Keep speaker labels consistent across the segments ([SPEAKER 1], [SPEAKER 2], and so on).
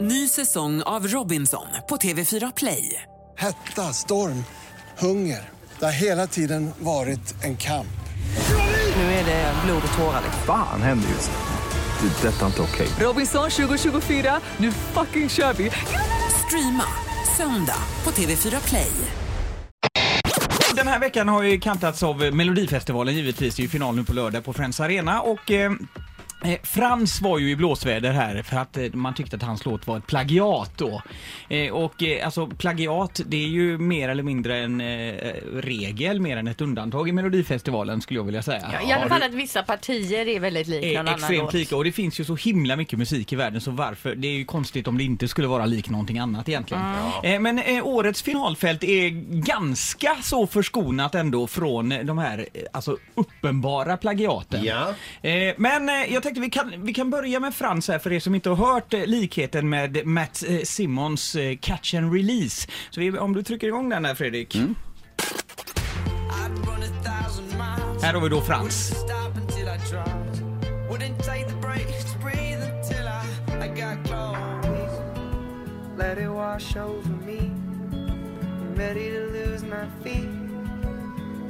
[SPEAKER 1] Ny säsong av Robinson på TV4 Play.
[SPEAKER 2] Hetta, storm, hunger. Det har hela tiden varit en kamp.
[SPEAKER 1] Nu är det blod och tårar. liksom.
[SPEAKER 3] Fan händer just nu. Det. är Detta är inte okej.
[SPEAKER 1] Robinson 2024, nu fucking kör vi! Streama söndag på TV4 Play.
[SPEAKER 4] Den här veckan har ju kantats av Melodifestivalen givetvis. Det är ju final nu på lördag på Friends Arena och eh, eh, Frans var ju i blåsväder här för att eh, man tyckte att hans låt var ett plagiat då. Eh, och eh, alltså plagiat det är ju mer eller mindre en eh, regel, mer än ett undantag i Melodifestivalen skulle jag vilja säga.
[SPEAKER 5] Ja, I alla fall att vissa partier är väldigt lika någon
[SPEAKER 4] är
[SPEAKER 5] annan
[SPEAKER 4] Eh, extremt
[SPEAKER 5] låt.
[SPEAKER 4] lika och det finns ju så himla mycket musik i världen så varför, det är ju konstigt om det inte skulle vara lik någonting annat egentligen. Eh, Men eh, årets finalfält är ganska så förskonat ändå från eh, de här eh, alltså uppenbara plagiaten.
[SPEAKER 6] Ja.
[SPEAKER 4] Eh, Men eh, jag tänkte vi kan, vi kan börja med Frans här för er som inte har hört eh, likheten med Matt eh, Simmons eh, Catch and Release. Så vi, om du trycker igång den här Fredrik.
[SPEAKER 6] Mm.
[SPEAKER 4] Här har vi då Frans.
[SPEAKER 7] Let it wash over me. I'm ready to lose my feet.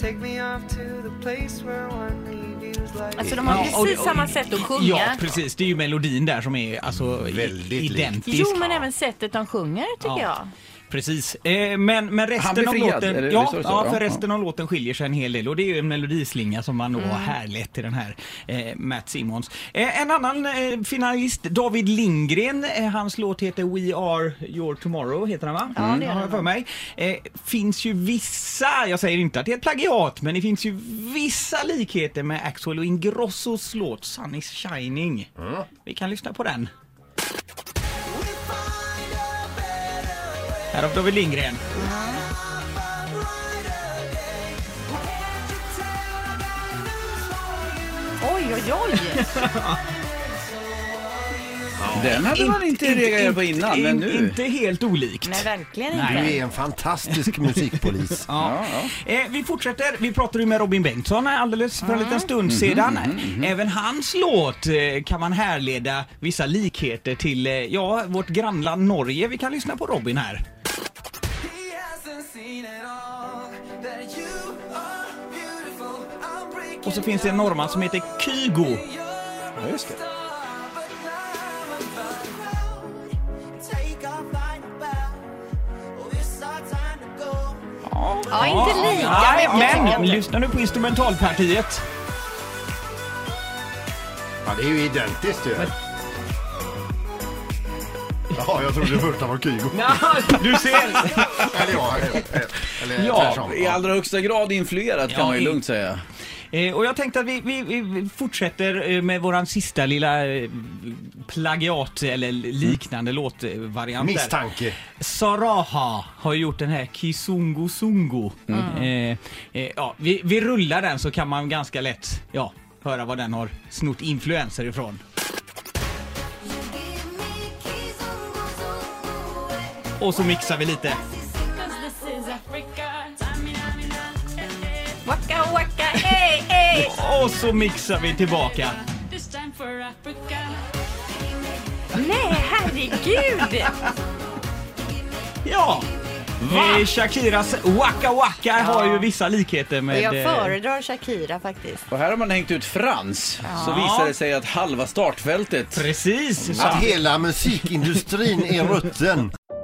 [SPEAKER 7] Take me off to the place where one reviews like
[SPEAKER 5] Alltså de har
[SPEAKER 4] Ja, och-
[SPEAKER 5] precis
[SPEAKER 4] och-
[SPEAKER 5] samma sätt att sjunga.
[SPEAKER 4] Ja, precis. Det är ju melodin där som är alltså
[SPEAKER 6] Väldigt
[SPEAKER 4] i-
[SPEAKER 6] lik.
[SPEAKER 4] identisk.
[SPEAKER 5] Jo, men även sättet de sjunger tycker
[SPEAKER 4] Ja.
[SPEAKER 5] jag.
[SPEAKER 4] Precis. Eh, men, men
[SPEAKER 3] Han
[SPEAKER 4] resten
[SPEAKER 3] blir
[SPEAKER 4] av
[SPEAKER 3] friad,
[SPEAKER 4] låten...
[SPEAKER 3] eller är det
[SPEAKER 4] Ja,
[SPEAKER 3] så det står?
[SPEAKER 4] ja, för
[SPEAKER 3] Ja,
[SPEAKER 4] resten av låten skiljer sig en hel del och det är ju en melodislinga som man då
[SPEAKER 3] Mm.
[SPEAKER 4] har härlett till den här eh, Matt Simmons. Eh, en annan eh, finalist, David Lindgren, eh, hans låt heter We Are Your Tomorrow, heter den va? Mm.
[SPEAKER 5] Ja, det är
[SPEAKER 4] Har jag
[SPEAKER 5] den.
[SPEAKER 4] för mig. Eh, finns ju vissa, jag säger inte att det är ett plagiat, men det finns ju vissa likheter med Axel och Ingrossos låt Sun is shining. Vi kan lyssna på den. Här har vi David Lindgren.
[SPEAKER 5] Oj, oj, oj!
[SPEAKER 3] Den hade man inte reagerat på innan, men nu...
[SPEAKER 4] in- Inte helt olikt.
[SPEAKER 5] Nej, verkligen
[SPEAKER 4] Nej.
[SPEAKER 6] Du
[SPEAKER 5] inte.
[SPEAKER 6] är en fantastisk musikpolis.
[SPEAKER 4] Ja. Eh, vi fortsätter. Vi pratade ju med Robin Bengtsson alldeles för en liten stund
[SPEAKER 3] Mhm,
[SPEAKER 4] sedan. Även hans låt eh, kan man härleda vissa likheter till eh, ja, vårt grannland Norge. Vi kan lyssna på Robin här.
[SPEAKER 7] He hasn't seen it all. That you are beautiful. I'm breaking
[SPEAKER 4] Och så finns det en norrman som heter Kygo.
[SPEAKER 7] but now I'm found. Take our final bow. Oh, it's our time to go.
[SPEAKER 5] Ja, inte lika
[SPEAKER 4] Nej,
[SPEAKER 5] mycket tycker jag
[SPEAKER 4] men
[SPEAKER 5] inte.
[SPEAKER 4] lyssna nu på instrumentalpartiet.
[SPEAKER 6] Ja, det är ju identiskt ju. Jaha, jag trodde det första var Kygo.
[SPEAKER 4] Du ser!
[SPEAKER 6] Eller ja, eller, eller
[SPEAKER 4] Ja,
[SPEAKER 6] tvärtom.
[SPEAKER 3] I allra högsta grad influerat
[SPEAKER 4] Ja,
[SPEAKER 3] kan man ju
[SPEAKER 4] i-
[SPEAKER 3] lugnt säga.
[SPEAKER 4] Eh, och jag tänkte att vi, vi, vi fortsätter eh, med våran sista lilla eh, plagiat eller liknande låtvariant. där.
[SPEAKER 6] Misstanke.
[SPEAKER 4] Saraha har gjort den här Kizungu Sungu. Eh, eh, ja, vi, vi rullar den så kan man ganska lätt ja, höra vad den har snott influenser ifrån. Och så mixar vi lite.
[SPEAKER 5] Waka, waka, hey, hey!
[SPEAKER 4] Och så mixar vi tillbaka.
[SPEAKER 5] Nej, herregud!
[SPEAKER 4] Ja! Eh, Shakiras Waka Waka har ju vissa likheter
[SPEAKER 5] Och
[SPEAKER 4] med...
[SPEAKER 5] jag
[SPEAKER 4] eh,
[SPEAKER 5] föredrar Shakira faktiskt.
[SPEAKER 3] Och här har man hängt ut Frans. Så visar det sig att halva startfältet
[SPEAKER 4] Precis! Så
[SPEAKER 6] Att hela musikindustrin är rutten.